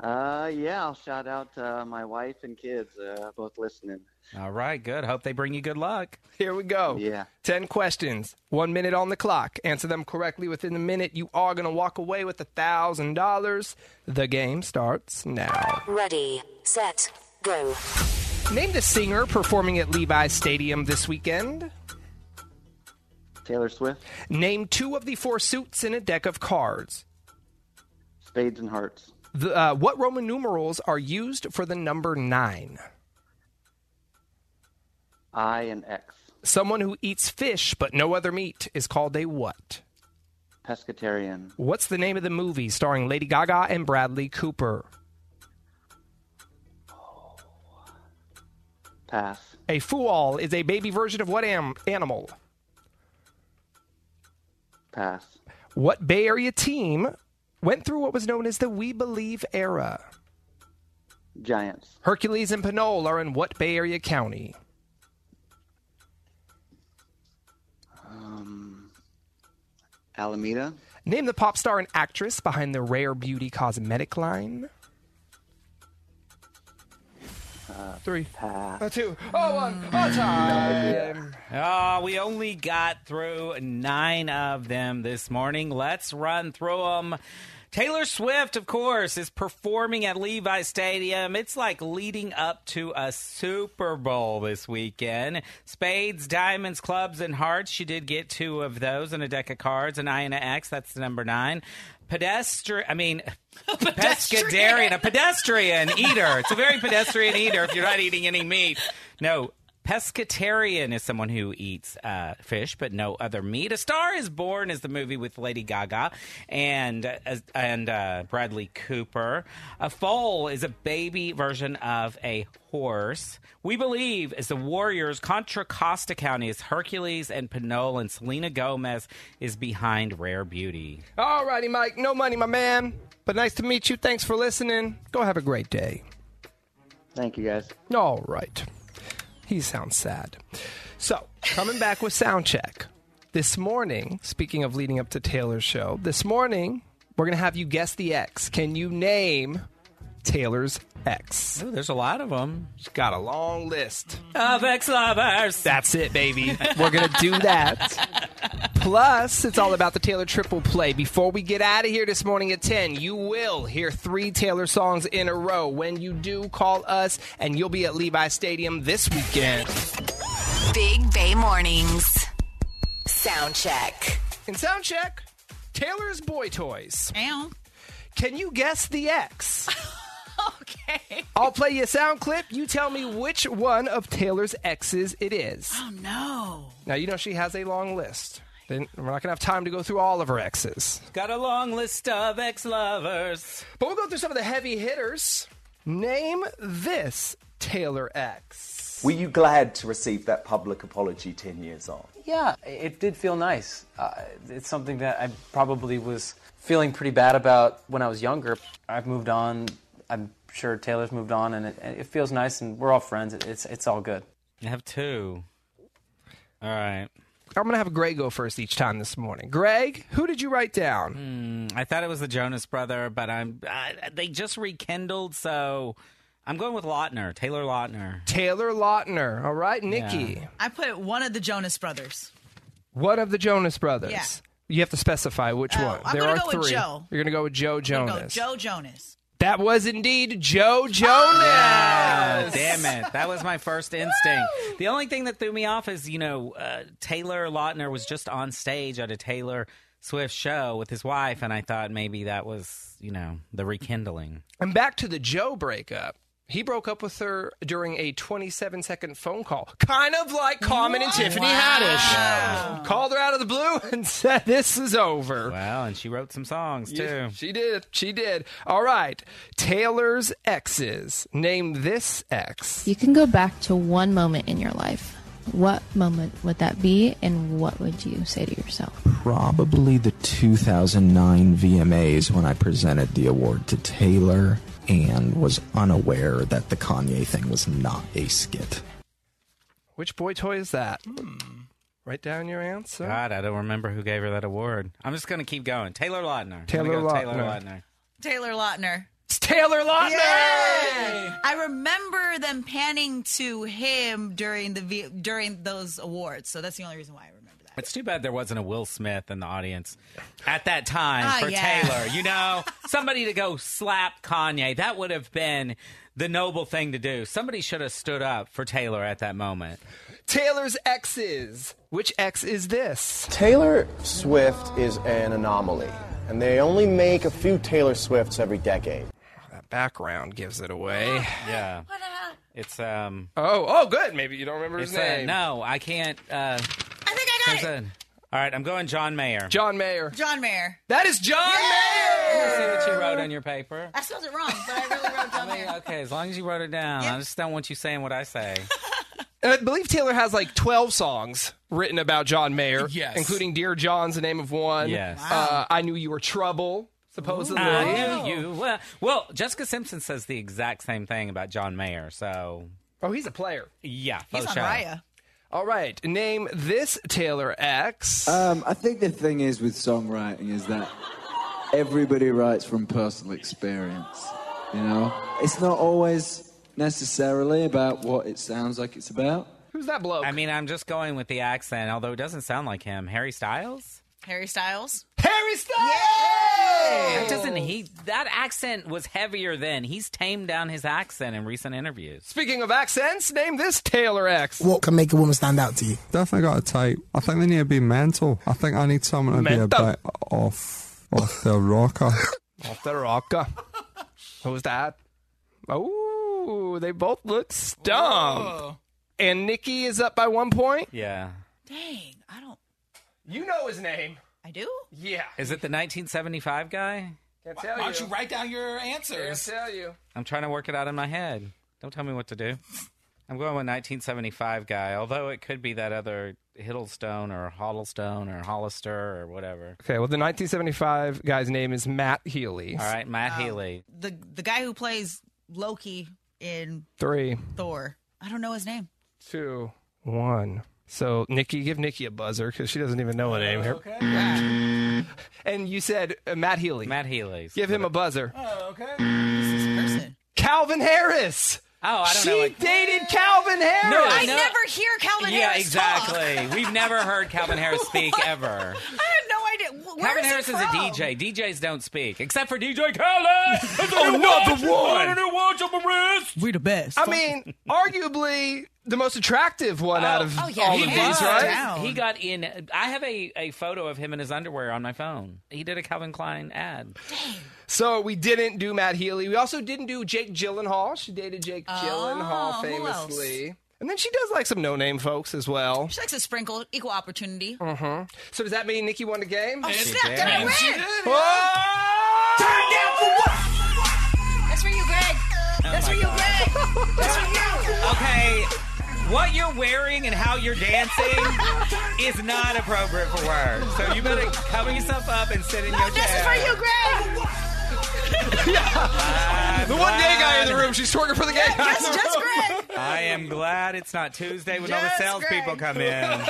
Uh, yeah, I'll shout out uh, my wife and kids, uh, both listening. All right, good. Hope they bring you good luck. Here we go. Yeah. 10 questions, one minute on the clock. Answer them correctly within the minute. You are going to walk away with $1,000. The game starts now. Ready, set, go. Name the singer performing at Levi's Stadium this weekend. Taylor Swift, Name two of the four suits in a deck of cards. Spades and Hearts, The, uh, what Roman numerals are used for the number nine? I and X, Someone who eats fish but no other meat is called a what? pescatarian, What's the name of the movie starring Lady Gaga and Bradley Cooper? pass, A fool is a baby version of what am- animal? pass, What Bay Area team went through what was known as the We Believe era? Giants, Hercules and Pinole are in what Bay Area county? um, Alameda, Name the pop star and actress behind the Rare Beauty cosmetic line. Three. pass. A two. Oh, one. A time. Oh, we only got through nine of them this morning. Let's run through them. Taylor Swift, of course, is performing at Levi Stadium. It's like leading up to a Super Bowl this weekend. Spades, diamonds, clubs, and hearts. She did get two of those and a deck of cards, an I and an X. That's the number nine. Pedestrian, I mean, pescatarian, a pedestrian eater. It's a very pedestrian eater if you're not eating any meat. No, Pescatarian is someone who eats uh, fish but no other meat. A Star is Born is the movie with Lady Gaga and uh, as- and uh, Bradley Cooper. A foal is a baby version of a horse. We believe is the Warriors. Contra Costa County is Hercules and Pinole, and Selena Gomez is behind Rare Beauty. Alrighty, Mike. No money, my man. But nice to meet you. Thanks for listening. Go have a great day. Thank you guys. All right. He sounds sad. So, coming back with sound check. This morning, speaking of leading up to Taylor's show, this morning we're going to have you guess the X. Can you name Taylor's X? Ooh, there's a lot of them. She's got a long list. Of ex lovers. That's it, baby. We're going to do that. Plus, it's all about the Taylor triple play. Before we get out of here this morning at 10, you will hear three Taylor songs in a row. When you do, call us, and you'll be at Levi Stadium this weekend. Big Bay Mornings. Sound check. In sound check, Taylor's Boy Toys. Ow. Can you guess the X? okay. I'll play you a sound clip. You tell me which one of Taylor's X's it is. Oh, no. Now, you know she has a long list. Then we're not going to have time to go through all of her X's. Got a long list of ex lovers. But we'll go through some of the heavy hitters. Name this Taylor X. Were you glad to receive that public apology 10 years on? Yeah, it did feel nice. Uh, it's something that I probably was feeling pretty bad about when I was younger. I've moved on. I'm sure Taylor's moved on, and it, it feels nice, and we're all friends. It, it's it's all good. I have two. All right. I'm going to have Greg go first each time this morning. Greg, who did you write down? Mm, I thought it was the Jonas brother, but I'm I, they just rekindled, so I'm going with Lautner, Taylor Lautner. Taylor Lautner. All right, Nikki. I put one of the Jonas Brothers. One of the Jonas brothers. Yeah. You have to specify which Oh, one. I'm there gonna are go three. with Joe. You're going to go with Joe I'm gonna go Jonas. Joe Jonas. That was indeed Joe Jonas. Oh, damn it. That was my first instinct. the only thing that threw me off is, you know, uh, Taylor Lautner was just on stage at a Taylor Swift show with his wife, and I thought maybe that was, you know, the rekindling. And back to the Joe breakup. He broke up with her during a 27 second phone call, kind of like Carmen and Tiffany Haddish. Called her out of the blue and said, This is over. Wow, and she wrote some songs too. she did. She did. All right. Taylor's exes. Name this ex. You can go back to one moment in your life. What moment would that be, and what would you say to yourself? Probably the 2009 VMAs when I presented the award to Taylor and was unaware that the Kanye thing was not a skit. Which boy toy is that? Hmm. Write down your answer. God, I don't remember who gave her that award. I'm just going to keep going. Taylor Lautner. I'm gonna Taylor go Taylor Lautner. Lautner. Taylor Lautner. It's Taylor Lautner. I remember them panning to him during the V- during those awards, so that's the only reason why I remember. It's too bad there wasn't a Will Smith in the audience at that time Ah, for yeah. Taylor. You know, somebody to go slap Kanye. That would have been the noble thing to do. Somebody should have stood up for Taylor at that moment. Taylor's exes. Which ex is this? Taylor Swift is an anomaly, and they only make a few Taylor Swifts every decade. That background gives it away. Yeah. It's um Oh, oh, good. Maybe you don't remember his it's, uh, name. no, I can't uh I think I got it. all right, I'm going John Mayer. John Mayer. John Mayer. That is John Mayer. See what you wrote on your paper. I spelled it wrong, but I really wrote John Mayer. Okay, as long as you wrote it down. I just don't want you saying what I say. And I believe Taylor has like 12 songs written about John Mayer, Yes. including Dear John's the name of one. Yes. Uh, I Knew You Were Trouble, supposedly. I knew you. Well, well, Jessica Simpson says the exact same thing about John Mayer. So, oh, he's a player. Yeah, faux show. All right. Name this Taylor X. Uh, Um, I think the thing is with songwriting is that everybody writes from personal experience. You know, it's not always necessarily about what it sounds like it's about. Who's that bloke? I mean, I'm just going with the accent, although it doesn't sound like him. Harry Styles? Harry Styles. Harry Styles. Oh. That Doesn't he? That accent was heavier then. He's tamed down his accent in recent interviews. Speaking of accents, name this Taylor X. What can make a woman stand out to you? Definitely got a type. I think they need to be mental. I think I need someone to be Mental. a bit off, off the rocker. Off the rocker. Who's that? Oh, they both look stumped. And Nikki is up by one point. Yeah. Dang, I don't. You know his name. I do. Yeah. Is it the 1975 guy? Can't Why, don't you write down your answers? Can't tell you. I'm trying to work it out in my head. Don't tell me what to do. I'm going with 1975 guy, although it could be that other Hiddlestone or Hoddlestone or Hollister or whatever. Okay, well, the 1975 guy's name is Matt Healy. All right, Matt Healy. The the guy who plays Loki in Three, Thor. I don't know his name. two, one. So, Nikki, give Nikki a buzzer because she doesn't even know a name here. and you said uh, Matt Healy. Matt Healy. Give him a buzzer. Oh, okay. Calvin Harris. Oh, I don't she know. Like, dated Calvin Harris. No, I no. never hear Calvin yeah, Harris talk. exactly. We've never heard Calvin Harris speak ever. I had no idea. Where Calvin is he Harris is a from? DJ. DJs don't speak except for DJ Khaled. Another one. watch on my wrist. We the best. I mean, arguably the most attractive one Oh. out of all of these, right? He got in. I have a, a photo of him in his underwear on my phone. He did a Calvin Klein ad. So we didn't do Matt Healy. We also didn't do Jake Gyllenhaal. She dated Jake Gyllenhaal Oh, who else? famously. And then she does like some no-name folks as well. She likes a sprinkle, equal opportunity. Oh, Uh-huh. So does that mean Nikki won the game? Oh, snap, did I win? Turn down for what? That's for you, Greg. That's for you, Greg. That's for you. Okay, what you're wearing and how you're dancing is not appropriate for work. So you better cover yourself up and sit in your chair. This is for you, Greg. the one gay guy in the room. She's twerking for the gay guy. Just, just Greg. I am glad it's not Tuesday when Yes, all the salespeople Greg. come in.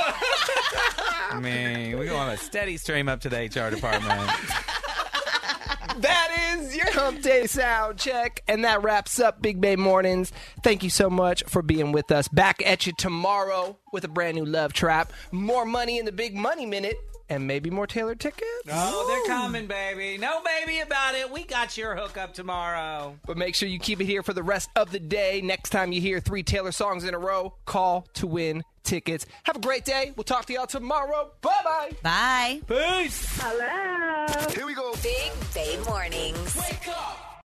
I mean, we're going to have a steady stream up to the HR department. That is your hump day sound check. And that wraps up Big Bay Mornings. Thank you so much for being with us. Back at you tomorrow with a brand new love trap. More money in the big money minute and maybe more tailored tickets. Oh, they're coming, baby. No baby about it. We got your hookup tomorrow. But make sure you keep it here for the rest of the day. Next time you hear three Taylor songs in a row, call to win tickets. Have a great day. We'll talk to y'all tomorrow. Bye bye. Bye. Peace. Hello. Here we go. Big Bay Mornings. Wake up.